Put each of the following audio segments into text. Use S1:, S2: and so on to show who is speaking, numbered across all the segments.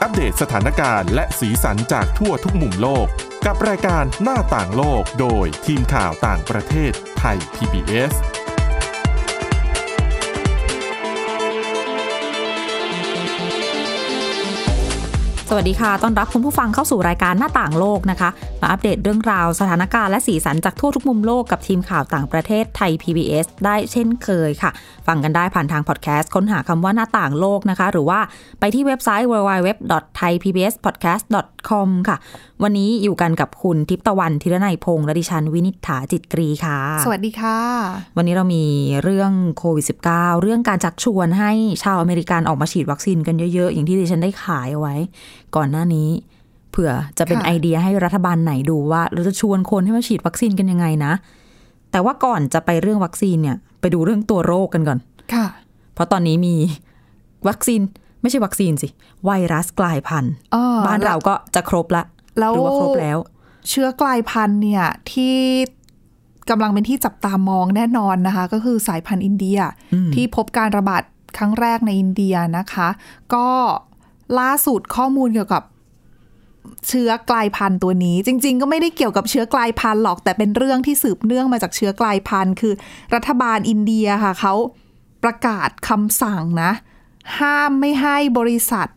S1: ปเดตสถานการณ์และสีสันจากทั่วทุกมุมโลก กับรายการหน้าต่างโลกโดยทีมข่าวต่างประเทศไทย PBS
S2: สวัสดีค่ะ ต้อนรับคุณผู้ฟังเข้าสู่รายการหน้าต่างโลกนะคะ มาอัปเดตเรื่องราวสถานการณ์และสีสันจากทั่วทุกมุมโลกกับทีมข่าวต่างประเทศไทย PBS ได้เช่นเคยค่ะ ฟังกันได้ผ่านทางพอดแคสต์ค้นหาคำว่าหน้าต่างโลกนะคะ หรือว่าไปที่เว็บไซต์ www.thaipbspodcast.com ค่ะ วันนี้อยู่กันกับคุณทิพย์ตะวันธีรนัยพงษ์และดิฉันวินิษฐาจิตกรีค่ะ
S3: สวัสดีค่ะ
S2: วันนี้เรามีเรื่องโควิด -19 เรื่องการชักชวนให้ชาวอเมริกันออกมาฉีดวัคซีนกันเยอะๆ อย่างที่ดิฉันได้ขายเอาไว้ ก่อนหน้านี้เผื่อจะเป็น
S3: ค่ะ
S2: ไอเดียให้รัฐบาลไหนดูว่า เราจะชวนคนให้มาฉีดวัคซีนกันยังไงนะ แต่ว่าก่อนจะไปเรื่องวัคซีนเนี่ย ไปดูเรื่องตัวโรคกันก่อน
S3: ค่ะ
S2: เพราะตอนนี้มีวัคซีนไม่ใช่วัคซีนสิ ไวรัสกลายพันธุ์
S3: อ่า
S2: บ้านเราก็จะครบละ
S3: แล้ว
S2: หรือว่าครบแล้ว
S3: เชื้อกลายพันธุ์เนี่ยที่กำลังเป็นที่จับตามองแน่นอนนะคะ ก็คือสายพันธุ์อินเดียที่พบการระบาดครั้งแรกในอินเดียนะคะ ก็ล่าสุดข้อมูลเกี่ยวกับเชื้อกลายพันธุ์ตัวนี้ จริง ๆ ก็ไม่ได้เกี่ยวกับเชื้อกลายพันธุ์หรอกแต่เป็นเรื่องที่สืบเนื่องมาจากเชื้อกลายพันธุ์ คือ รัฐบาลอินเดียค่ะเขาประกาศคำสั่งนะ ห้ามไม่ให้บริษัท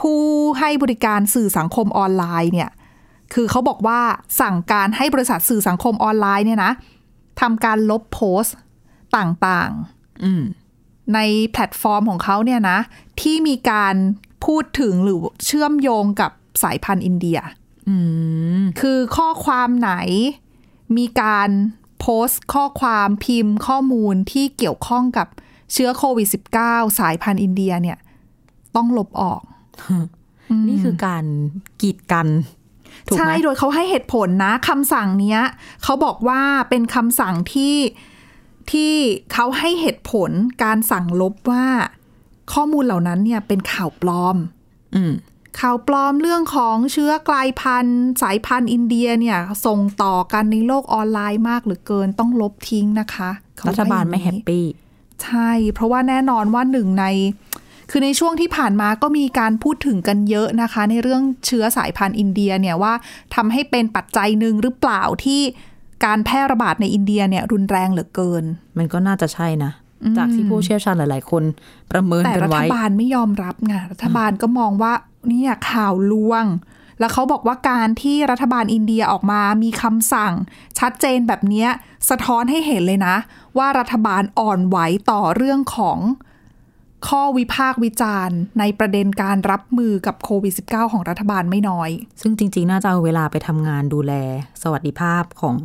S3: ผู้ให้บริการสื่อสังคมออนไลน์เนี่ย คือเขาบอกว่าสั่งการให้บริษัทสื่อสังคมออนไลน์เนี่ยนะทำการลบโพสต์ต่าง
S2: อืม
S3: ๆ ในแพลตฟอร์มของเขาเนี่ยนะ ที่มีการพูดถึงหรือเชื่อมโยงกับสายพันธุ์อินเดีย
S2: อืม
S3: คือข้อความไหนมีการโพสต์ข้อความพิมพ์ข้อมูลที่เกี่ยวข้องกับเชื้อโควิด -19 สายพันธุ์อินเดียเนี่ยต้องลบออก
S2: นี่คือการกีดกันถูกไหม
S3: ใช่ โดยเขาให้เหตุผลนะคำสั่งเนี้ยเขาบอกว่าเป็นคำสั่งที่ที่เขาให้เหตุผลการสั่งลบว่า ข้อมูลเหล่านั้นเนี่ยเป็นข่าวปลอม
S2: อืม
S3: ข่าวปลอมเรื่องของเชื้อกลายพันธุ์ สายพันธุ์อินเดียเนี่ยส่งต่อกันในโลกออนไลน์มากเหลือเกินต้องลบทิ้งนะคะเขว่
S2: รัฐบาลไม่
S3: อย่ง
S2: แฮ
S3: นี้
S2: ปปี้
S3: ใช่ เพราะว่าแน่นอนว่าหนึ่งใน คือในช่วงที่ผ่านมาก็มีการพูดถึงกันเยอะนะคะ ในเรื่องเชื้อสายพันธุ์อินเดียเนี่ยว่าทำให้เป็นปัจจัยหนึ่งหรือเปล่าที่การแพร่ระบาดในอินเดียเนี่ยรุนแรงเหลือเกิน
S2: มันก็น่าจะใช่นะ จากที่ผู้เชี่ยวชาญหลาย ๆ คนประเมิน
S3: แต่
S2: กัน
S3: รัฐ
S2: ไว้
S3: บาลไม่ยอมรับไงรัฐบาลก็มองว่าเนี่ยข่าวลวง แล้วเขาบอกว่าการที่รัฐบาลอินเดียออกมามีคำสั่ง ชัดเจนแบบเนี้ยสะท้อนให้เห็นเลยนะ ว่ารัฐบาลอ่อนไหวต่อเรื่องของข้อวิพากษ์วิจารณ์ ในประเด็นการรับมือกับโควิด -19 ของรัฐบาลไม่น้อย
S2: ซึ่งจริง ๆ น่าจะเอาเวลาไปทำงานดูแล สวัสดิภาพของ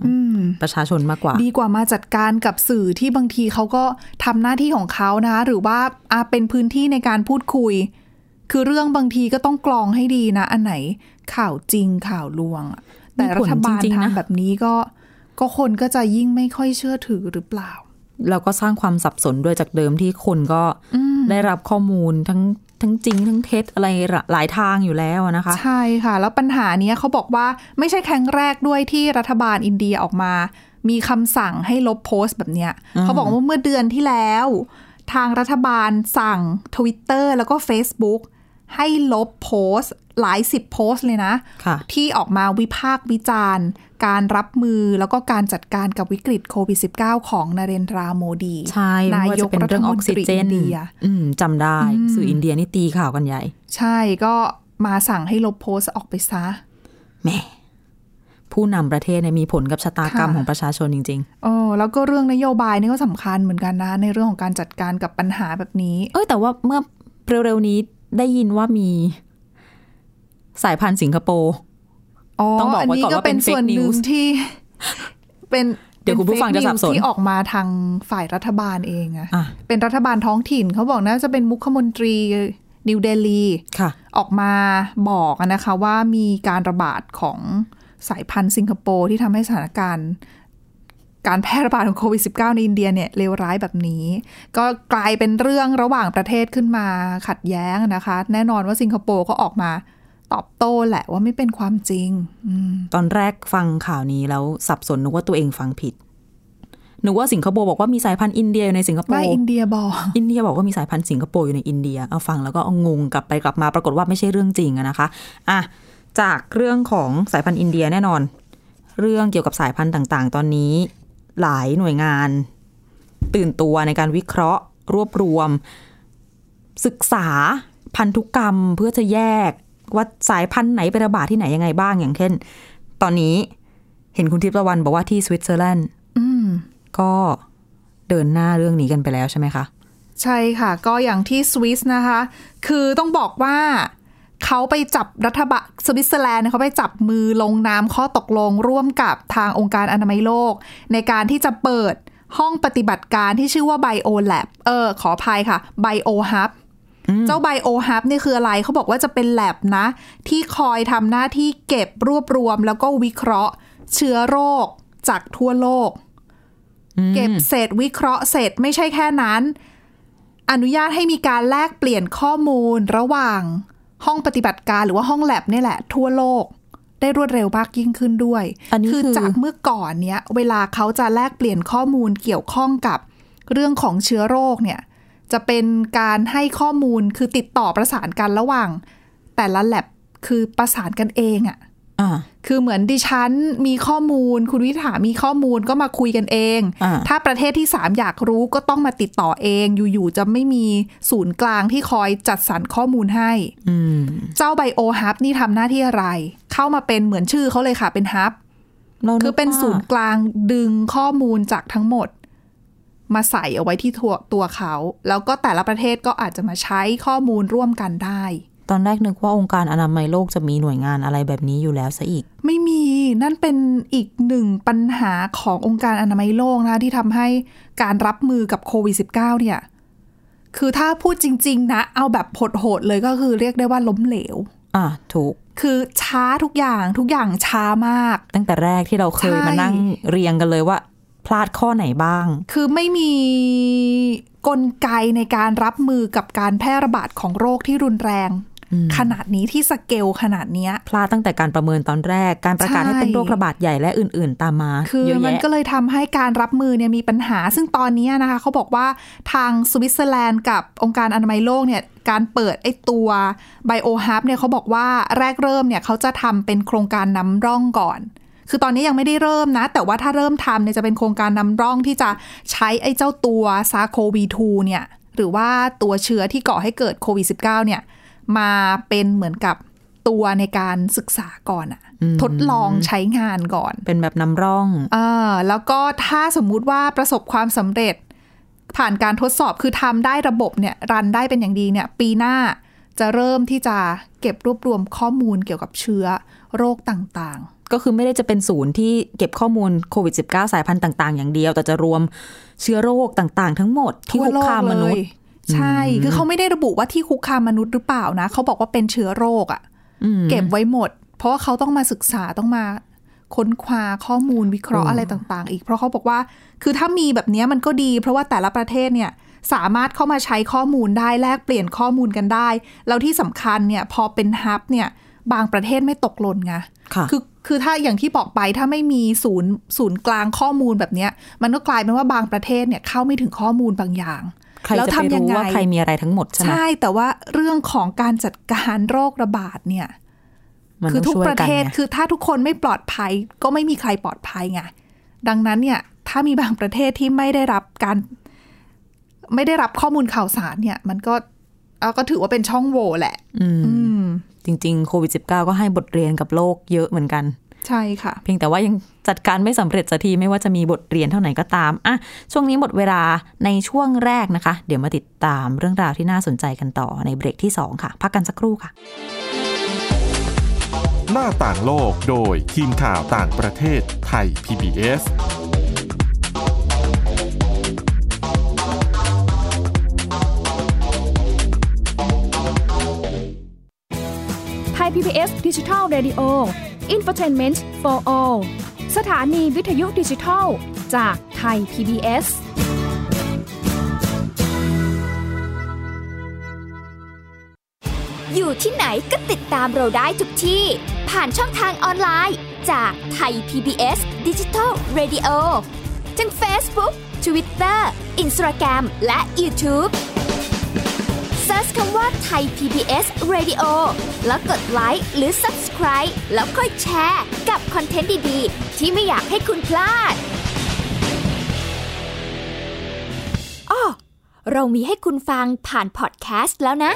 S2: ประชาชนมากกว่า
S3: ดีกว่ามาจัดการกับสื่อที่บางทีเขาก็ทำหน้าที่ของเขานะคะหรือว่าอาเป็นพื้นที่ในการพูดคุย คือเรื่องบางทีก็ต้องกรองให้ดีนะ อันไหนข่าวจริงข่าวลวงอะแต่
S2: มี
S3: รั
S2: ผล
S3: ฐบาล
S2: จริงๆนะ
S3: ทำแบบนี้ก็ก็คนก็จะยิ่งไม่ค่อยเชื่อถือหรือเปล่า
S2: แล้วก็สร้างความสับสนด้วยจากเดิมที่คนก็ได้รับข้อมูลทั้งทั้งจริง ทั้งเท็จอะไรหลายทางอยู่แล้วนะคะ
S3: ใช่ค่ะ แล้วปัญหาเนี้ยเขาบอกว่าไม่ใช่ครั้งแรกด้วยที่รัฐบาลอินเดียออกมา มีคำสั่งให้ลบโพสต์แบบเนี้ยเขาบอกว่าเมื่อเดือนที่แล้ว ทางรัฐบาลสั่ง Twitter แล้วก็ Facebook ให้ลบโพสต์หลายสิบโพสต์เลยนะ
S2: ค่ะ
S3: ที่ออกมาวิพากษ์วิจารณ์ การรับมือแล้วก็การจัดการกับวิกฤตโควิด -19 ของนเรนทราโมดี
S2: ใช่ไม่
S3: นา
S2: ว่าย จะ
S3: ก
S2: เป็น
S3: รั
S2: เรื่
S3: ฐ
S2: องอ
S3: ม
S2: อน ก
S3: ต
S2: ซิ
S3: รี
S2: เจ
S3: อิ
S2: น
S3: นเดีย
S2: อืมจำได้สื่ออินเดียนี่ตีข่าวกันใหญ่
S3: ใช่ก็มาสั่งให้ลบโพสต์ออกไปซะ
S2: แหมผู้นำประเทศเนี่ยมีผลกับชะตากรรม
S3: ค่ะ
S2: ของประชาชนจริง
S3: โอ้แล้วก็เรื่องนโยบายนี่ก็สำคัญเหมือนกันนะ ในเรื่องของการจัดการกับปัญหาแบบนี้
S2: ๆ เอ้ยแต่ว่าเมื่อเร็วๆนี้ได้ยินว่ามี สายพันธุ์สิงคโปร์
S3: อ๋อ
S2: ต้องบอกไว้
S3: นนี้
S2: ก่อนว่าเป็น fake
S3: ส่วนหนึ่ง
S2: news
S3: ที่ เป็น
S2: เดี๋ยวคุณผู้ฟังจะสับสน
S3: ที่ออกมาทางฝ่ายรัฐบาลเองอะ
S2: อ่ะ
S3: เป็นรัฐบาลท้องถิ่นเขาบอกน่าจะเป็นมุขมนตรีนิวเดลี
S2: ค่ะ
S3: ออกมาบอกนะคะว่ามีการระบาดของสายพันธุ์สิงคโปร์ที่ทำให้สถานการณ์ การแพร่ระบาดของโควิด -19 ในอินเดียเนี่ยเลวร้ายแบบนี้ ก็กลายเป็นเรื่องระหว่างประเทศขึ้นมาขัดแย้งนะคะ แน่นอนว่าสิงคโปร์ก็ออกมาตอบโต้แหละว่าไม่เป็นความจริง
S2: ตอนแรกฟังข่าวนี้แล้วสับสนนึกว่าตัวเองฟังผิด หนูว่าสิงคโปร์บอกว่ามีสายพันธุ์อินเดียอยู่ในสิงคโป
S3: ไม่
S2: ร์
S3: อินเดียบอก
S2: อินเดียบอกว่ามีสายพันธุ์สิงคโปร์อยู่ในอินเดีย เอาฟังแล้วก็เอางงกลับไปกลับมาปรากฏว่าไม่ใช่เรื่องจริงอะนะคะ อ่ะ จากเรื่องของสายพันธุ์อินเดียแน่นอน เรื่องเกี่ยวกับสายพันธุ์ต่างๆ ตอนนี้หลายหน่วยงาน ตื่นตัวในการวิเคราะห์ รวบรวม ศึกษาพันธุกรรมเพื่อจะแยกว่าสายพันธุ์ไหนไประบาดที่ไหนยังไงบ้างอย่างเช่น ตอนนี้เห็นคุณทิพย์ตะวันบอกว่าที่สวิตเซอร์แลนด์
S3: อืม
S2: ก็เดินหน้าเรื่องนี้กันไปแล้วใช่ไหมคะ
S3: ใช่ค่ะ ก็อย่างที่สวิสนะคะ คือต้องบอกว่าเขาไปจับรัฐบาลสวิตเซอร์แลนด์เนี่ยเขาไปจับมือลงนามข้อตกลงร่วมกับทางองค์การอนามัยโลก ในการที่จะเปิดห้องปฏิบัติการที่ชื่อว่าไบโอแลบเออ ขออภัยค่ะไบโอฮับเจ้าไบโอฮับนี่คืออะไรเขาบอกว่าจะเป็นแลบนะ ที่คอยทำหน้าที่เก็บรวบรวม แล้วก็วิเคราะห์ เชื้อโรคจากทั่วโลก เก็บเสร็จวิเคราะห์เสร็จไม่ใช่แค่นั้น อนุญาตให้มีการแลกเปลี่ยนข้อมูลระหว่างห้องปฏิบัติการหรือว่าห้องแลบเนี่ยแหละ ทั่วโลก ได้รวดเร็วมากยิ่งขึ้นด้วย
S2: อันนี้คือ
S3: จากเมื่อก่อนเนี้ยเวลาเขาจะแลกเปลี่ยนข้อมูลเกี่ยวข้องกับเรื่องของเชื้อโรคเนี่ย จะเป็นการให้ข้อมูลคือติดต่อประสานกันระหว่าง แต่ละแลบคือประสานกันเองอะ
S2: อ่า
S3: คือเหมือนดิฉันมีข้อมูล คุณวิถามีข้อมูลก็มาคุยกันเอง
S2: อ่า
S3: ถ้าประเทศที่ 3 อยากรู้ก็ต้องมาติดต่อเอง อยู่ ๆ จะไม่มีศูนย์กลางที่คอยจัดสรรข้อมูลให้
S2: อืม
S3: เจ้าไบโอฮับนี่ทำหน้าที่อะไร เข้ามาเป็นเหมือนชื่อเขาเลยค่ะเป็นฮับ
S2: เราก
S3: คือเป็นศูนย์
S2: ว่าก
S3: ลางดึงข้อมูลจากทั้งหมด มาใส่เอาไว้ที่ตัวตัวเขา แล้วก็แต่ละประเทศก็อาจจะมาใช้ข้อมูลร่วมกันได้
S2: ตอนแรกนึกว่าองค์การอนามัยโลกจะมีหน่วยงานอะไรแบบนี้อยู่แล้วซะอีก
S3: ไม่มีนั่นเป็นอีกหนึ่งปัญหาขององค์การอนามัยโลกนะคะที่ทำให้การรับมือกับโควิด -19 เนี่ย คือถ้าพูดจริง ๆ นะ เอาแบบโหดๆเลยก็คือเรียกได้ว่าล้มเหลว
S2: อ่ะถูก
S3: คือช้าทุกอย่างทุกอย่างช้ามาก
S2: ตั้งแต่แรกที่เราเคย
S3: ใช่
S2: มานั่งเรียงกันเลยว่า พลาดข้อไหนบ้าง
S3: คือไม่มีกลไกในการรับมือกับการแพร่ระบาดของโรคที่รุนแรง ขนาดนี้ที่สเกลขนาดเนี้ย
S2: พลาดตั้งแต่การประเมินตอนแรก การประกาศ
S3: ใช่
S2: ให้เป็นโรคระบาดใหญ่และอื่น ๆ ตามมา
S3: คือ
S2: เยอะ
S3: มัน
S2: แยะ
S3: ก็เลยทำให้การรับมือเนี่ยมีปัญหา ซึ่งตอนนี้นะคะเขาบอกว่าทางสวิตเซอร์แลนด์กับองค์การอนามัยโลกเนี่ยการเปิดไอ้ตัวไบโอฮับเนี่ยเขาบอกว่าแรกเริ่มเนี่ยเขาจะทำเป็นโครงการนำร่องก่อน คือตอนนี้ยังไม่ได้เริ่มนะ แต่ว่าถ้าเริ่มทำเนี่ยจะเป็นโครงการนำร่องที่จะใช้ไอ้เจ้าตัวซาโควี2เนี่ยหรือว่าตัวเชื้อที่ก่อให้เกิดโควิด -19 เนี่ยมาเป็นเหมือนกับตัวในการศึกษาก่อนอะทดลองใช้งานก่อน
S2: เป็นแบบนำร่อง
S3: อ่าแล้วก็ถ้าสมมุติว่าประสบความสำเร็จ ผ่านการทดสอบคือทำได้ระบบเนี่ยรันได้เป็นอย่างดีเนี่ยปีหน้าจะเริ่มที่จะเก็บรวบรวมข้อมูลเกี่ยวกับเชื้อโรคต่าง
S2: ก็คือไม่ได้จะเป็นศูนย์ที่เก็บข้อมูลโควิด -19 สายพันธุ์ต่าง ๆ อย่างเดียว แต่จะรวมเชื้อโรคต่างๆ ทั้งหมด
S3: ๆ
S2: ที่
S3: ทั่ว
S2: คุก
S3: โลก
S2: คามม
S3: เล
S2: นุษ
S3: ย
S2: ย์
S3: ใช่คือเขาไม่ได้ระบุว่าที่คุกคามมนุษย์หรือเปล่านะเขาบอกว่าเป็นเชื้อโรคอะ่ะเก็บไว้หมด เพราะว่าเขาต้องมาศึกษาต้องมาค้นคว้าข้อมูลวิเคราะห์อะไรต่าง ๆ อีกเพราะเขาบอกว่า คือถ้ามีแบบเนี้ยมันก็ดี เพราะว่าแต่ละประเทศเนี่ยสามารถเข้ามาใช้ข้อมูลได้แลกเปลี่ยนข้อมูลกันได้ แล้วที่สำคัญเนี่ยพอเป็นฮับเนี่ยบางประเทศไม่ตกหล่นไง
S2: ค่ะ
S3: อคือถ้าอย่างที่บอกไปถ้าไม่มีศูนย์ศูนย์กลางข้อมูลแบบเนี้ยมันก็กลายเป็นว่าบางประเทศเนี่ยเข้าไม่ถึงข้อมูลบางอย่าง
S2: ใครจะไปรู้ว่าใครมีอะไรทั้งหมดใช่ไหม
S3: ใช่แต่ว่าเรื่องของการจัดการโรคระบาดเนี่ย
S2: มัน
S3: คื
S2: ต้อง
S3: ทุก
S2: ช่วย
S3: ประ
S2: กัน
S3: เทศ
S2: ไง
S3: คือถ้าทุกคนไม่ปลอดภัยก็ไม่มีใครปลอดภัยไงดังนั้นเนี่ยถ้ามีบางประเทศที่ไม่ได้รับการ ไม่ได้รับข้อมูลข่าวสารเนี่ย มันก็เอาก็ถือว่าเป็นช่องโหว่แหละ อืม
S2: จริง ๆ โควิด -19 ก็ให้บทเรียนกับโลกเยอะเหมือนกัน
S3: ใช่ค่ะ
S2: เพียงแต่ว่ายังจัดการไม่สำเร็จสักทีไม่ว่าจะมีบทเรียนเท่าไหร่ก็ตามอ่ะช่วงนี้หมดเวลาในช่วงแรกนะคะ เดี๋ยวมาติดตามเรื่องราวที่น่าสนใจกันต่อในเบรกที่ 2 ค่ะ พักกันสักครู่ค่ะ
S1: หน้าต่างโลกโดยทีมข่าวต่างประเทศไทย PBS
S4: ไทย PBS ดิจิทัล Radio Infotainment for All สถานีวิทยุดิจิทัล จากไทย PBS
S5: อยู่ที่ไหนก็ติดตามเราได้ทุกที่ ผ่านช่องทางออนไลน์ จากไทย PBS Digital Radio ทั้ง Facebook Twitter Instagram และ YouTube Search คำว่าไทย PBS Radio แล้วกดไลค์หรือ Subscribe แล้วค่อยแชร์ กับคอนเทนต์ดี ๆ ที่ไม่อยากให้คุณพลาดอ้อเรามีให้คุณฟังผ่านพอดแคสต์แล้วนะ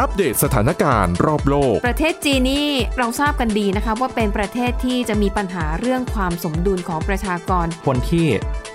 S1: อัปเดตสถานการณ์รอบโลก
S6: ประเทศจีนนี่เราทราบกันดีนะคะว่าเป็นประเทศที่จะมีปัญหาเรื่องความสมดุลของประชากร
S7: คนที่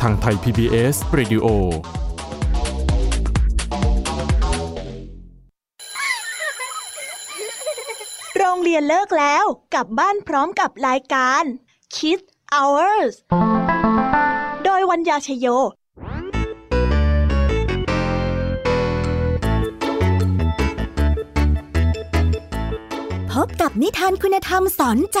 S1: ทางไทย PBS Radio
S8: โรงเรียนเลิกแล้วกลับบ้านพร้อมกับรายการ Kids Hours โดยวัญญาชยโย
S5: พบกับนิทานคุณธรรมสอนใจ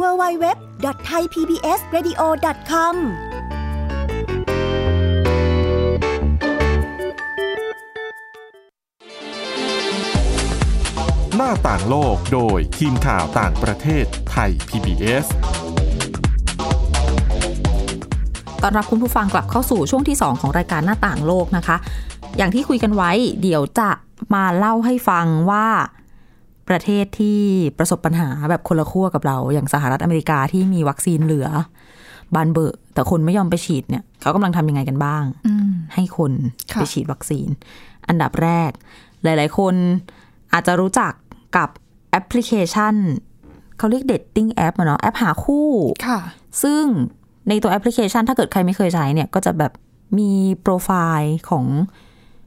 S5: www.thaipbsradio.com
S1: หน้าต่างโลกโดยทีมข่าวต่างประเทศไทย PBS
S2: ตอนรับคุณผู้ฟังกลับเข้าสู่ช่วงที่ 2 ของรายการหน้าต่างโลกนะคะ อย่างที่คุยกันไว้ เดี๋ยวจะมาเล่าให้ฟังว่า ประเทศที่ประสบปัญหาแบบคนละขั้วกับเรา อย่างสหรัฐอเมริกาที่มีวัคซีนเหลือ บานเบอะแต่คนไม่ยอมไปฉีดเนี่ย เขากำลังทำยังไงกันบ้าง
S3: อืม
S2: ให้คน
S3: ค่ะ
S2: ไปฉีดวัคซีน อันดับแรก หลาย ๆ คนอาจจะรู้จักกับแอปพลิเคชัน เขาเรียกเดทติ้งแอปอะเนาะแอปหาคู่
S3: ค่ะ
S2: ซึ่งในตัวแอปพลิเคชันถ้าเกิดใครไม่เคยใช้เนี่ย ก็จะแบบมีโปรไฟล์ของ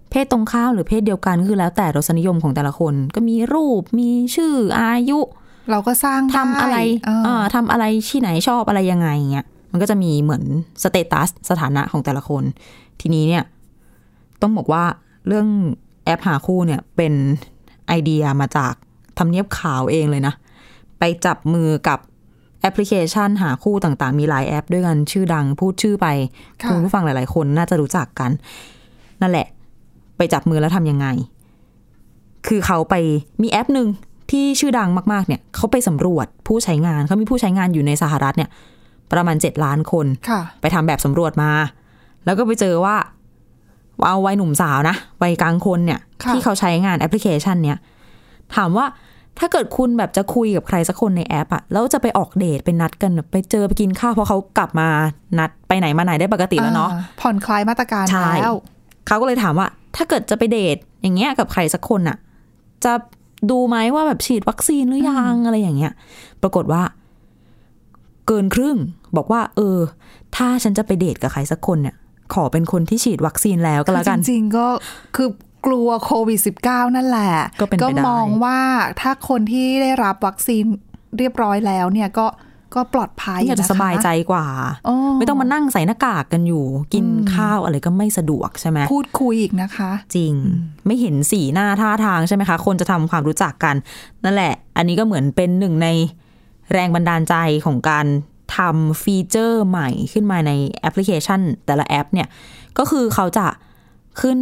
S2: เพศตรงข้ามหรือเพศเดียวกันก็คือแล้วแต่รสนิยมของแต่ละคน ก็มีรูปมีชื่ออายุ
S3: เราก็สร้าง
S2: ทำอะไร
S3: เออ
S2: เอ่อทำอะไรที่ไหนชอบอะไรยังไงเงี้ยมันก็จะมีเหมือนสเตตัสสถานะของแต่ละคน ทีนี้เนี่ย ต้องบอกว่าเรื่องแอปหาคู่เนี่ยเป็นไอเดียมาจากทำเนียบขาวเองเลยนะ ไปจับมือกับแอปพลิเคชันหาคู่ต่างๆ มีหลายแอปด้วยกันชื่อดังพูดชื่อไป
S3: ค่ะ
S2: คุณผู้ฟังหลาย ๆ คนน่าจะรู้จักกัน นั่นแหละ ไปจับมือแล้วทำยังไง คือเขาไปมีแอปหนึ่งที่ชื่อดังมาก ๆ เนี่ยเขาไปสำรวจผู้ใช้งานเขามีผู้ใช้งานอยู่ในสหรัฐเนี่ย ประมาณ 7 ล้านคน
S3: ค่ะ
S2: ไปทำแบบสำรวจมา แล้วก็ไปเจอว่าเอาวัยหนุ่มสาวนะวัยกลางคนเนี่ย
S3: ค่ะ
S2: ที่เขาใช้งานแอปพลิเคชันเนี่ย ถามว่าถ้าเกิดคุณแบบจะคุยกับใครสักคนในแอปอะแล้วจะไปออกเดทไปนัดกันแบบไปเจอไปกินข้าวเพราะเขากลับมานัดไปไหนมาไหนได้ปกติแล้วเนาะ
S3: อ่ผ่อนคลายมาตรการ
S2: ใช่
S3: แล้ว
S2: เขาก็เลยถามว่า ถ้าเกิดจะไปเดทอย่างเงี้ยกับใครสักคนน่ะ จะดูไหมว่าแบบฉีดวัคซีนหรือยังอะไรอย่างเงี้ย ปรากฏว่า เกินครึ่ง บอกว่า เออ ถ้าฉันจะไปเดทกับใครสักคนเนี่ย ขอเป็นคนที่ฉีดวัคซีนแล้วก็แล้วกัน
S3: จริงๆก็คือกลัวโควิด -19 นั่นแหละ
S2: ก็เป็นไปได้
S3: ก็มองว่าถ้าคนที่ได้รับวัคซีนเรียบร้อยแล้วเนี่ยก็ก็ปลอดภัย
S2: อยากจะ
S3: นะคะ
S2: สบายใจกว่า
S3: โอ้
S2: ไม่ต้องมานั่งใส่หน้ากากกันอยู่ กินข้าวอะไรก็ไม่สะดวกใช่ไหม
S3: พูดคุยอีกนะคะ
S2: จริง ไม่เห็นสีหน้าท่าทางใช่ไหมคะ คนจะทำความรู้จักกัน นั่นแหละ อันนี้ก็เหมือนเป็นหนึ่งในแรงบันดาลใจของการทำฟีเจอร์ใหม่ขึ้นมาในแอปพลิเคชัน แต่ละแอปเนี่ย ก็คือเขาจะขึ้น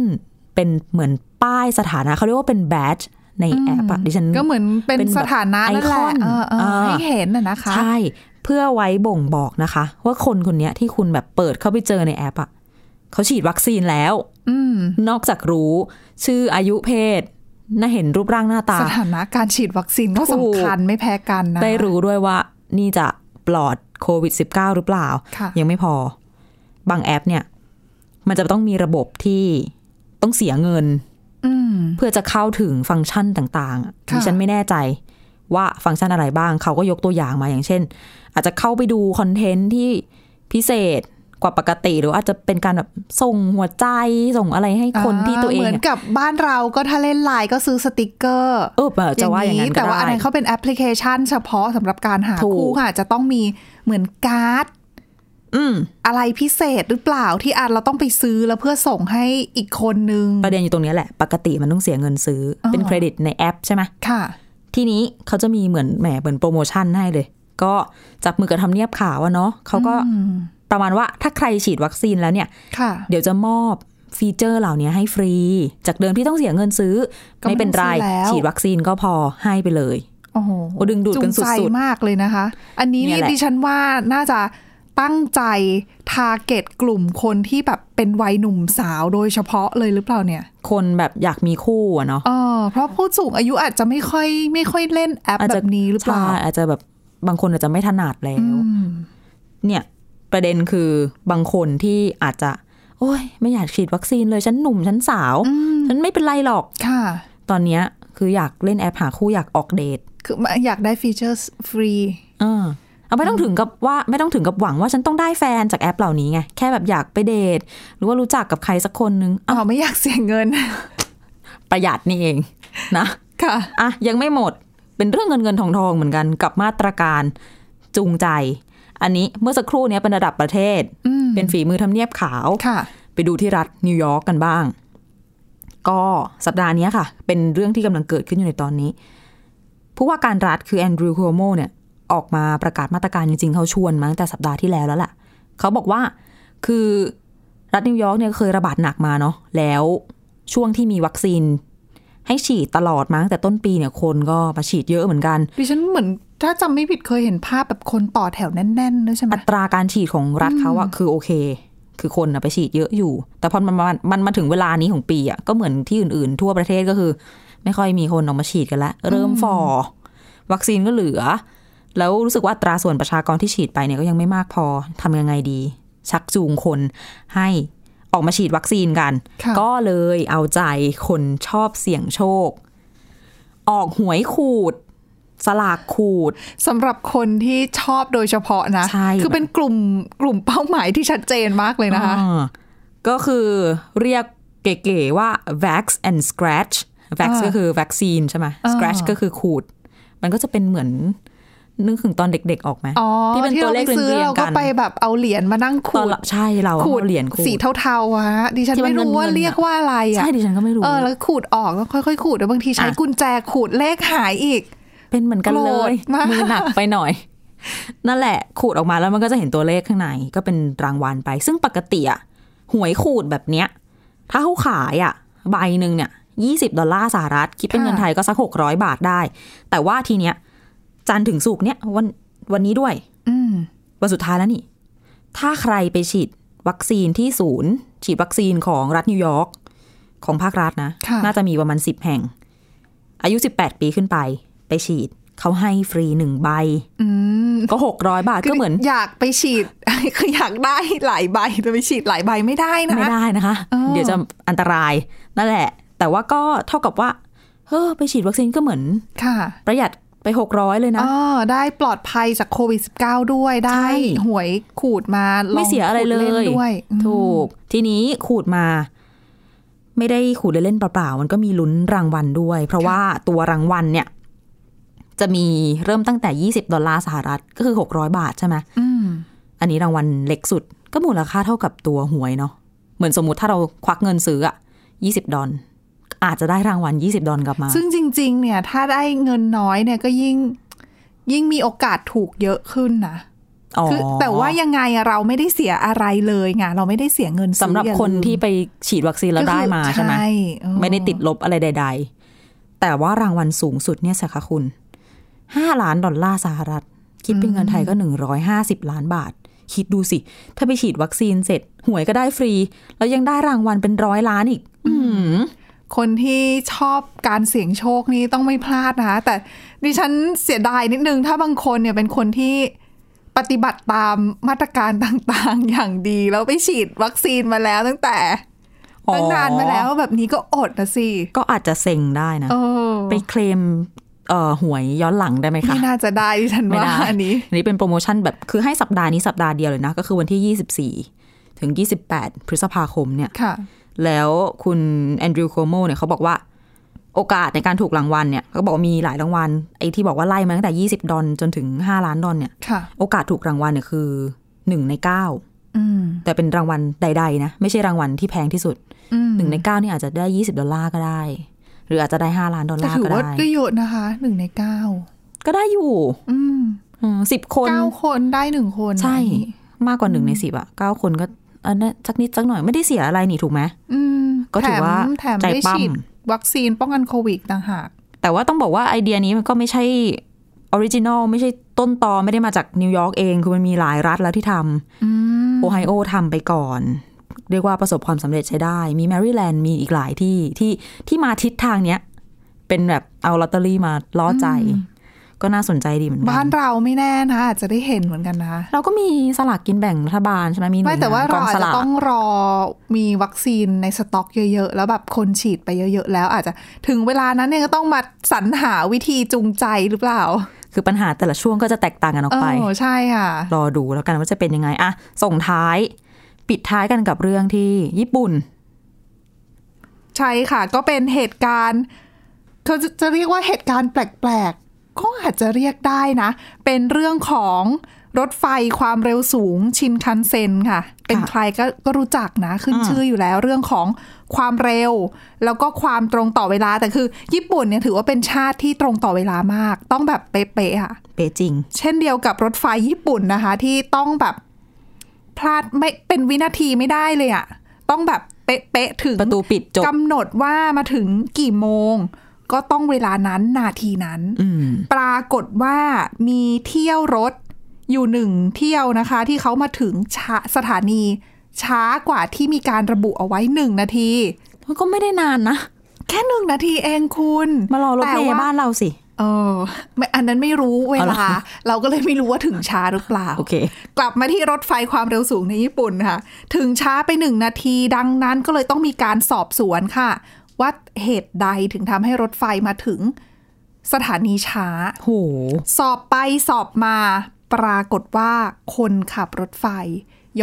S2: เป็นเหมือนป้ายสถานะ เขาเรียกว่าเป็นแบ d ในแอปอะดิฉัน
S3: ก็เหมือนเป็น
S2: เป็นแบบ
S3: สถานะนั่นแห
S2: ไอคอ
S3: ละ
S2: น
S3: เออเออ
S2: อ่า
S3: ให้เห็นน่ะนะคะ
S2: ใช่ เพื่อไว้บ่งบอกนะคะ ว่าคนคนเนี้ยที่คุณแบบเปิดเข้าไปเจอในแอปอะเขาฉีดวัคซีนแล้ว
S3: อืม
S2: นอกจากรู้ ชื่ออายุเพศน่าเห็นรูปร่างหน้าตา
S3: สถานะการฉีดวัคซีน
S2: ถู
S3: ก็
S2: ก
S3: สำคัญไม่แพ้กันนะ
S2: ได้รู้ด้วยว่านี่จะปลอดโควิด -19 หรือเปล่า
S3: ค่ะ
S2: ยังไม่พอ บางแอปเนี่ย มันจะต้องมีระบบที่ต้องเสียเงิน
S3: อืม
S2: เพื่อจะเข้าถึงฟังก์ชันต่างๆ
S3: ค่ะ
S2: ดิฉันไม่แน่ใจว่าฟังก์ชันอะไรบ้าง เขาก็ยกตัวอย่างมาอย่างเช่น อาจจะเข้าไปดูคอนเทนต์ที่พิเศษกว่าปกติ หรืออาจจะเป็นการแบบส่งหัวใจส่งอะไรให้คนที่ตัวเอง
S3: เหมือน
S2: อะ
S3: กับบ้านเราก็ถ้าเล่นไลน์ก็ซื้อสติกเกอร์
S2: เออแบบจะว่าอย่างนั้นก็
S3: แต่ว่าอัน
S2: ได้
S3: นั้นเขาเป็นแอปพลิเคชันเฉพาะสำหรับการหา
S2: ถูก
S3: คู่ค่ะ จะต้องมีเหมือนการ์ด
S2: อืม
S3: อะไรพิเศษหรือเปล่าที่อันเราต้องไปซื้อแล้วเพื่อส่งให้อีกคนนึง
S2: ประเด็นอยู่ตรงเนี้ยแหละ ปกติมันต้องเสียเงินซื้ออ
S3: อ
S2: เป็นเครดิตในแอปใช่ไหม
S3: ค่ะ
S2: ทีนี้เขาจะมีเหมือนแหมเหมือนโปรโมชั่นให้เลย ก็จับมือกับทำเนียบข่าวอะเนาะเขาก็
S3: อืม
S2: ประมาณว่าถ้าใครฉีดวัคซีนแล้วเนี่ย
S3: ค่ะ
S2: เดี๋ยวจะมอบฟีเจอร์เหล่านี้ให้ฟรี จากเดิมที่ต้องเสียเงินซื้อ
S3: ก็ไม่
S2: ไม่เป็นไร
S3: ต้องซื้อแล้ว
S2: ฉีดวัคซีนก็พอให้ไปเลย
S3: โอ้โห
S2: โอ้ดึงดูดกันสุดๆ
S3: จูงใจมากเลยนะคะ อันนี้
S2: เนี่
S3: นี่
S2: ยแหละ
S3: ดิฉันว่าน่าจะตั้งใจทาร์เก็ตกลุ่มคนที่แบบเป็นวัยหนุ่มสาวโดยเฉพาะเลยหรือเปล่าเนี่ย
S2: คนแบบอยากมีคู่อะเนาะ
S3: เออเพราะผู้สูงอายุอาจจะไม่ค่อยไม่ค่อยเล่นแอป
S2: จ
S3: แบ
S2: จะ
S3: บนี้หรือเปล่า
S2: ใช่อาจจะแบบบางคนอาจจะไม่ถนัดแล้
S3: อื
S2: ว
S3: ม
S2: เนี่ย ประเด็นคือบางคนที่อาจจะ โอ้ย ไม่อยากฉีดวัคซีนเลยฉันหนุ่มฉันสาว
S3: อืม
S2: ฉันไม่เป็นไรหรอก
S3: ค่ะ
S2: ตอนเนี้ยคืออยากเล่นแอปหาคู่อยากออกเดท
S3: คืออยากได้ฟีเจอร์ฟรี
S2: เออเอาไม่ต้องถึงกับว่าไม่ต้องถึงกับหวังว่าฉันต้องได้แฟนจากแอปเหล่านี้ไง แค่แบบอยากไปเดท หรือว่ารู้จักกับใครสักคนนึง
S3: อ๋
S2: อ้าว
S3: อไม่อยากเสียเงิน
S2: ประหยัดนี่เอง นะ
S3: ค่ะ
S2: อ่ะ ยังไม่หมดเป็นเรื่องเงินเงินทองทองเหมือนกันกับมาตรการจูงใจ อันนี้เมื่อสักครู่เนี้ยเป็นระดับประเทศ
S3: อืม
S2: เป็นฝีมือทำเนียบขาว
S3: ค่ะ
S2: ไปดูที่รัฐนิวยอร์กกันบ้าง ก็สัปดาห์เนี้ยค่ะ เป็นเรื่องที่กำลังเกิดขึ้นอยู่ในตอนนี้ ผู้ว่าการรัฐคือแอนดรูว์โคโมเนี่ย ออกมาประกาศมาตรการจริง ๆ เขาชวนมาตั้งแต่สัปดาห์ที่แล้วแล้วล่ะ เขาบอกว่าคือรัฐนิวยอร์กเนี่ยเคยระบาดหนักมาเนาะแล้วช่วงที่มีวัคซีน ให้ฉีดตลอดมาตั้งแต่ต้นปีเนี่ยคนก็มาฉีดเยอะเหมือนกัน
S3: ดิฉันเหมือนถ้าจำไม่ผิดเคยเห็นภาพแบบคนต่อแถวแน่นๆด้วยใช่ไหม
S2: อัตราการฉีดของรัฐเขาอะคือโอเค คือคนอะไปฉีดเยอะอยู่ แต่พอมันมามันมาถึงเวลานี้ของปีอะก็เหมือนที่อื่นๆ ทั่วประเทศก็คือ ไม่ค่อยมีคนออกมาฉีดกันละ เริ่มฟอวัคซีนก็เหลือ แล้วรู้สึกว่าอัตราส่วนประชากรที่ฉีดไปเนี่ยก็ยังไม่มากพอทำยังไงดี ชักจูงคนให้ออกมาฉีดวัคซีนกัน
S3: ค่ะ
S2: ก็เลยเอาใจคนชอบเสี่ยงโชค ออกหวยขูด สลากขูด
S3: สำหรับคนที่ชอบโดยเฉพาะนะ
S2: ใช่
S3: คือเป็นกลุ่มกลุ่มเป้าหมายที่ชัดเจนมากเลยนะคะ
S2: อ่าก็คือเรียกเก๋ๆว่า vax and scratch vax
S3: อ่า
S2: ก็คือวัคซีนใช่ไหม
S3: อ่า
S2: scratch ก็คือขูด มันก็จะเป็นเหมือน นึกถึงตอนเด็กๆออกไหม
S3: อ๋อ
S2: ที่เป็นตัวเลขเรี
S3: ที่ราไปซื้อย
S2: ง
S3: เรา
S2: ๆกั
S3: ก็
S2: น
S3: ไปแบบเอาเหรียญมานั่งขู
S2: ตอน
S3: ด
S2: ละใช่เรา
S3: ขูด
S2: เอาเหรียญขูด
S3: สีเทาๆอะฮะดิฉัน
S2: ที่มัน
S3: ไม่รู้ว่า
S2: เงินๆอะ
S3: เรียกว่าอะไรอ่ะ
S2: ใช่ดิฉันก็ไม่รู้
S3: เออแล้วขูดออกแล้วค่อยๆขูดแล้วบางทีใช้
S2: อ่ะ
S3: กุญแจขูดเลขหายอีก
S2: เป็นเหมือนกันเล
S3: โกร
S2: ย
S3: ธมาก
S2: มือหนักไปหน่อย นั่นแหละ ขูดออกมาแล้วมันก็จะเห็นตัวเลขข้างใน ก็เป็นรางวัลไป ซึ่งปกติอะหวยขูดแบบเนี้ย ถ้าเขาขายอะใบหนึ่งเนี่ยยี่สิบดอลลาร์สหรัฐ คิดเป็นเงินไทยก็สักหกร้อยบาทได้ แต่ว่าทีเนี้ย จันทร์ถึงสุกร์เนี้ยวันวันนี้ด้วย
S3: อืม
S2: วันสุดท้ายแล้วนี่ ถ้าใครไปฉีดวัคซีนที่ศูนย์ ฉีดวัคซีนของรัฐนิวยอร์กของภาครัฐนะ
S3: ค่ะ
S2: น่าจะมีประมาณสิบแห่ง อายุ 18 ปีขึ้นไป ไปฉีด เขาให้ฟรีหนึ่งใบ
S3: อืม
S2: ก็ 600 บาทก็เหมือน
S3: อยากไปฉีด คืออยากได้หลายใบแต่ไปฉีดหลายใบไม่ได้นะ
S2: ไม่ได้นะคะ
S3: เออ
S2: เดี๋ยวจะอันตรายนั่นแหละ แต่ว่าก็เท่ากับว่าเฮ้อไปฉีดวัคซีนก็เหมือน
S3: ค่ะ
S2: ประหยัดไป 600 เลยนะ
S3: อ๋อได้ปลอดภัยจากโควิด -19 ด้วยได้
S2: ใช่
S3: หวยขูดมาล
S2: ไม่
S3: อง
S2: เสียอะไรเลย
S3: ขูดนด้วยอืม
S2: ถูก ทีนี้ขูดมา ไม่ได้ขูดเล่นๆเปล่าๆ มันก็มีลุ้นรางวัลด้วย เพราะว่าตัวรางวัลเนี่ย จะมีเริ่มตั้งแต่ 20 ดอลลาร์สหรัฐ ก็คือ 600 บาทใช่ไหม
S3: อืม
S2: อันนี้รางวัลเล็กสุด ก็มูลค่าเท่ากับตัวหวยเนาะเหมือนสมมุติถ้าเราควักเงินซื้ออะยี่สิบดอลอาจจะได้รางวัลยี่สิบดอลกลับมา
S3: ซึ่งจริง ๆ เนี่ยถ้าได้เงินน้อยเนี่ยก็ยิ่งยิ่งมีโอกาสถูกเยอะขึ้นนะคือแต่ว่ายังไงอะเราไม่ได้เสียอะไรเลยไงเราไม่ได้เสียเงินซื้อ
S2: สำหรับ
S3: อย่า
S2: คน
S3: ลืม
S2: ที่ไปฉีดวัคซีนแล้ว
S3: ก็
S2: ได้
S3: คือ
S2: มาใช่ไหม
S3: เออ
S2: ไม่ได้ติดลบอะไรใด ๆ แต่ว่ารางวัลสูงสุดเนี่ยสิคะคุณห้าล้านดอลลาร์สหรัฐ คิดเป็นเงินไทยก็หนึ่งร้อยห้าสิบล้านบาท คิดดูสิ ถ้าไปฉีดวัคซีนเสร็จ หวยก็ได้ฟรี แล้วยังได้รางวัลเป็นร้อยล้านอีก อืม
S3: คนที่ชอบการเสี่ยงโชคนี่ต้องไม่พลาดนะคะแต่ดิฉันเสียดายนิดนึง ถ้าบางคนเนี่ยเป็นคนที่ ปฏิบัติตามมาตรการต่างๆ อย่างดี แล้วไปฉีดวัคซีนมาแล้วตั้งแต่
S2: อ๋อ
S3: ตั้งนานมาแล้วแบบนี้ก็อดนะสิ
S2: ก็อาจจะเซ็งได้นะ
S3: เออ
S2: ไปเคลมเอ่อหวยย้อนหลังได้ไหมคะ
S3: ไม่น่าจะได้ดิฉัน
S2: ไม่
S3: ว่า
S2: ได้
S3: อันนี้
S2: อันนี้เป็นโปรโมชั่นแบบคือให้สัปดาห์นี้สัปดาห์เดียวเลยนะ ก็คือวันที่ 24 ถึง 28 พฤษภาคมเนี่ย
S3: ค่ะ
S2: แล้วคุณแอนดรูว์โคโมเนี่ยเขาบอกว่า โอกาสในการถูกรางวัลเนี่ยเขาบอกว่ามีหลายรางวัลไอ้ที่บอกว่าไล่มาตั้งแต่ 20 ดอลจนถึง 5 ล้านดอลเนี่ย
S3: ค่ะ
S2: โอกาสถูกรางวัลเนี่ยคือ 1 ใน 9
S3: อืม
S2: แต่เป็นรางวัลใดๆนะ ไม่ใช่รางวัลที่แพงที่สุด
S3: อืม
S2: 1 ใน 9 นี่อาจจะได้ 20 ดอลลาร์ก็ได้ หรืออาจจะได้ 5 ล้านดอล
S3: แต่
S2: ลาร์
S3: ถือ
S2: ก็
S3: ว่า
S2: ได้
S3: ก็เยอะนะคะหนึ่งในเก้า
S2: ก็ได้อยู่
S3: อืม
S2: สิบคน
S3: เก้าคนได้หนึ่งคน
S2: ใช่
S3: อันนี้
S2: มากกว่าหนึ่งในสิบอะเก้าคนก็อันนั้นสักนิดสักหน่อยไม่ได้เสียอะไรนี่ถูกไหม
S3: อืม
S2: ก็ถือว่า
S3: แถมแถม
S2: ใจ
S3: ได้
S2: ปั้ม
S3: ฉีดวัคซีนป้องกันโควิดต่างหาก
S2: แต่ว่าต้องบอกว่าไอเดียนี้มันก็ไม่ใช่ออริจินอลไม่ใช่ต้นตอไม่ได้มาจากนิวยอร์กเอง คือมันมีหลายรัฐแล้วที่ท
S3: อืม
S2: ำโอไฮโอทำไปก่อน เรียกว่าประสบความสำเร็จใช้ได้ มีแมริแลนด์มีอีกหลายที่ที่ที่มาทิศทางเนี้ย เป็นแบบเอาลอตเตอรี่มาล่อใจ ก็น่าสนใจดีเหมือนกั
S3: บ้านเราไม่แน่นะอาจจะได้เห็นเหมือนกันนะ
S2: เราก็มีสลากกินแบ่งรัฐบาลใช่ไหมมีหน่
S3: ไม่
S2: วย
S3: แต่ว่าง
S2: านกอ
S3: เรา
S2: ง
S3: อา
S2: ส
S3: จจะ
S2: ลาก
S3: ต้องรอมีวัคซีนในสต็อกเยอะๆ แล้วแบบคนฉีดไปเยอะๆ แล้วอาจจะถึงเวลานั้นเนี่ยก็ต้องมาสรรหาวิธีจูงใจหรือเปล่า
S2: คือปัญหาแต่ละช่วงก็จะแตกต่างกันออกไป
S3: เออใช่ค่ะ
S2: รอดูแล้วกันว่าจะเป็นยังไงอะส่งท้าย ปิดท้ายกันกับเรื่องที่ญี่ปุ่น
S3: ใช่ค่ะ ก็เป็นเหตุการณ์เขาจะจะเรียกว่าเหตุการณ์แปลกๆ ก็อาจจะเรียกได้นะ เป็นเรื่องของรถไฟความเร็วสูงชินคันเซ็นค่ะ เป็นใครก็ก็รู้จักนะ ขึ้นชื่ออยู่แล้วเรื่องของความเร็ว แล้วก็ความตรงต่อเวลาแต่คือ ญี่ปุ่นเนี่ยถือว่าเป็นชาติที่ตรงต่อเวลามาก ต้องแบบเป๊ะๆค่ะ
S2: เปจิง
S3: เช่นเดียวกับรถไฟญี่ปุ่นนะคะ ที่ต้องแบบพลาดไม่เป็นวินาทีไม่ได้เลยอะต้องแบบเป๊ะเป๊ะๆถึง
S2: ประตูปิดจบ
S3: กำหนดว่ามาถึงกี่โมง ก็ต้องเวลานั้นนาทีนั้น
S2: อืม
S3: ปรากฏว่ามีเที่ยวรถอยู่หนึ่งเที่ยวนะคะ ที่เขามาถึงช้าสถานี ช้ากว่าที่มีการระบุเอาไว้หนึ่งนาที
S2: มันก็ไม่ได้นานนะ
S3: แค่หนึ่งนาทีเองคุณ
S2: มารอรถเม
S3: แต่ว่
S2: ย์บ้านเราสิ
S3: เออไม่อันนั้นไม่รู้เว
S2: เอาเหร
S3: ลา
S2: อ
S3: เราก็เลยไม่รู้ว่าถึงช้าหรือเปล่า
S2: โอเค
S3: กลับมาที่รถไฟความเร็วสูงในญี่ปุ่นค่ะ ถึงช้าไปหนึ่งนาทีดังนั้นก็เลยต้องมีการสอบสวนค่ะ ว่าเหตุใดถึงทำให้รถไฟมาถึงสถานีช้า
S2: โห
S3: สอบไปสอบมาปรากฏว่าคนขับรถไฟ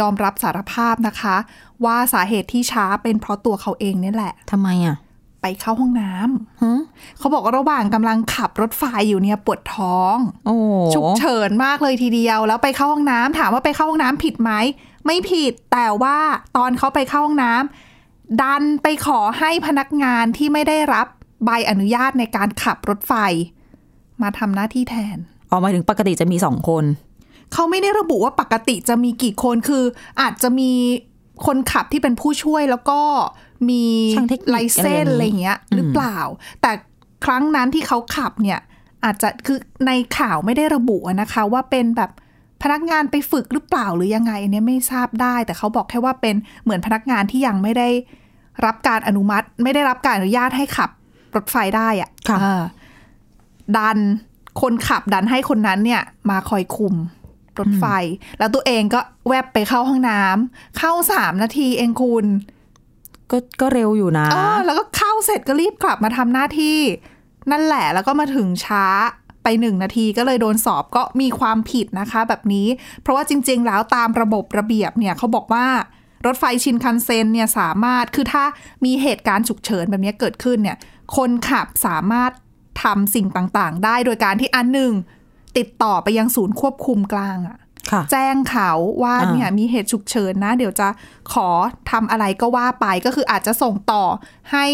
S3: ยอมรับสารภาพนะคะ ว่าสาเหตุที่ช้าเป็นเพราะตัวเขาเองเนี่ยแหละ
S2: ทำไมอ่ะ
S3: ไปเข้าห้องน้ำ
S2: ฮะ
S3: เขาบอกว่าระหว่างกำลังขับรถไฟอยู่เนี่ยปวดท้อง
S2: โอ้
S3: ฉุกเฉินมากเลยทีเดียว แล้วไปเข้าห้องน้ำถามว่าไปเข้าห้องน้ำผิดไหม ไม่ผิดแต่ว่าตอนเขาไปเข้าห้องน้ำดันไปขอให้พนักงานที่ไม่ได้รับใบอนุญาตในการขับรถไฟ มาทำหน้าที่แทน
S2: ออกมายถึงปกติจะมีสองคน
S3: เขาไม่ได้ระบุว่าปกติจะมีกี่คนคือ อาจจะมีคนขับที่เป็นผู้ช่วยแล้วก็มี
S2: ช่างเทคนิค
S3: ไลเซนส์
S2: อะ
S3: อะไรไร
S2: อย่างนี้
S3: เงี้ย หรือเปล่า แต่ครั้งนั้นที่เขาขับเนี่ย อาจจะคือในข่าวไม่ได้ระบุอะนะคะ ว่าเป็นแบบพนักงานไปฝึกหรือเปล่าหรือยังไงอันเนี้ยไม่ทราบได้ แต่เขาบอกแค่ว่าเป็นเหมือนพนักงานที่ยังไม่ได้รับการอนุมัติ ไม่ได้รับการอนุญาตให้ขับรถไฟได้อะ
S2: ค่ะ
S3: เออดันคนขับดันให้คนนั้นเนี่ย มาคอยคุม รถไฟ แล้วตัวเองก็แวบไปเข้าห้องน้ำเข้าสามนาทีเองคุณ
S2: ก็ก็เร็วอยู่นะ
S3: เออแล้วก็เข้าเสร็จก็รีบกลับมาทำหน้าที่ นั่นแหละแล้วก็มาถึงช้าไปหนึ่งนาทีก็เลยโดนสอบก็มีความผิดนะคะ แบบนี้ เพราะว่าจริง ๆ แล้วตามระบบระเบียบเนี่ยเขาบอกว่ารถไฟชินคันเซ็นเนี่ยสามารถคือถ้ามีเหตุการณ์ฉุกเฉินแบบนี้เกิดขึ้นเนี่ย คนขับสามารถทำสิ่งต่างๆ ได้โดยการที่อันหนึ่งติดต่อไปยังศูนย์ควบคุมกลางอะ
S2: ค่ะ
S3: แจ้งเขาว่า
S2: อ่า
S3: เนี่ยมีเหตุฉุกเฉินนะ เดี๋ยวจะขอทำอะไรก็ว่าไปก็คืออาจจะส่งต่อให้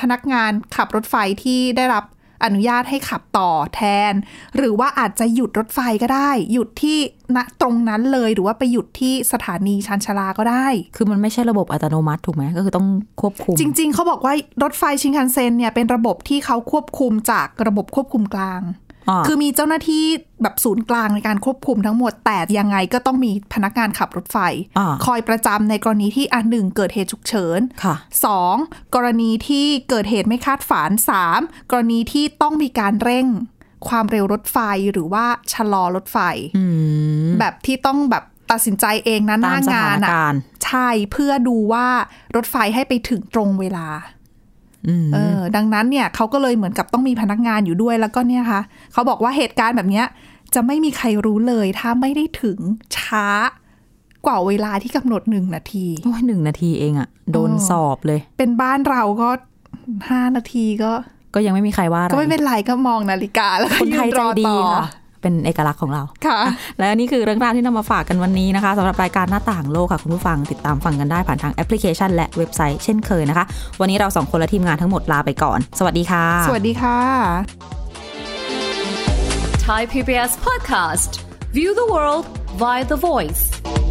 S3: พนักงานขับรถไฟที่ได้รับอนุญาตให้ขับต่อแทน หรือว่าอาจจะหยุดรถไฟก็ได้ หยุดที่ณตรงนั้นเลยหรือว่าไปหยุดที่สถานีชันชาลาก็ได้
S2: คือมันไม่ใช่ระบบอัตโนมัติถูกไหมก็คือต้องควบคุม
S3: จริง ๆ เขาบอกว่ารถไฟชินคันเซ็นเนี่ยเป็นระบบที่เขาควบคุมจากระบบควบคุมกลาง
S2: อ่า
S3: คือมีเจ้าหน้าที่แบบศูนย์กลางในการควบคุมทั้งหมด แต่ยังไงก็ต้องมีพนักงานขับรถไฟ
S2: อ่า
S3: คอยประจำในกรณีที่อันหนึ่งเกิดเหตุฉุกเฉิน
S2: ค่ะ
S3: สองกรณีที่เกิดเหตุไม่คาดฝันสามกรณีที่ต้องมีการเร่ง ความเร็วรถไฟหรือว่าชะลอรถไฟ
S2: อืม
S3: แบบที่ต้องแบบตัดสินใจเองนะหน้างา
S2: ตา
S3: น
S2: มสถานการณ์
S3: ใช่เพื่อดูว่ารถไฟให้ไปถึงตรงเวลา
S2: อืม
S3: เออดังนั้นเนี่ยเขาก็เลยเหมือนกับต้องมีพนักงานอยู่ด้วยแล้วก็เนี่ยค่ะเขาบอกว่าเหตุการณ์แบบเนี้ยจะไม่มีใครรู้เลยถ้าไม่ได้ถึงช้ากว่าเวลาที่กำหนดหนึ่งนาที
S2: โอ้ยหนึ่งนาทีเองอะโดน
S3: เออ
S2: สอบเลย
S3: เป็นบ้านเราก็ห้านาทีก็
S2: ก็ยังไม่มีใครว่าอะไร
S3: ก็ไม่เป็นไรก็มองนาฬิกาแล้วก็
S2: คนไทย
S3: น
S2: ใจ
S3: รอ
S2: ดี
S3: ต่อ
S2: ค่ะ เป็นเอกลักษณ์ของเรา
S3: ค่ะ
S2: และนี่คือเรื่องราวที่นำมาฝากกันวันนี้นะคะสำหรับรายการหน้าต่างโลกค่ะคุณผู้ฟังติดตามฟังกันได้ผ่านทางแอปพลิเคชัน และเว็บไซต์เช่นเคยนะคะ วันนี้เราสองคนและทีมงานทั้งหมดลาไปก่อน สวัสดีค่ะ
S3: สวัสดีค่ะ
S9: Thai PBS podcast. View the world via the voice.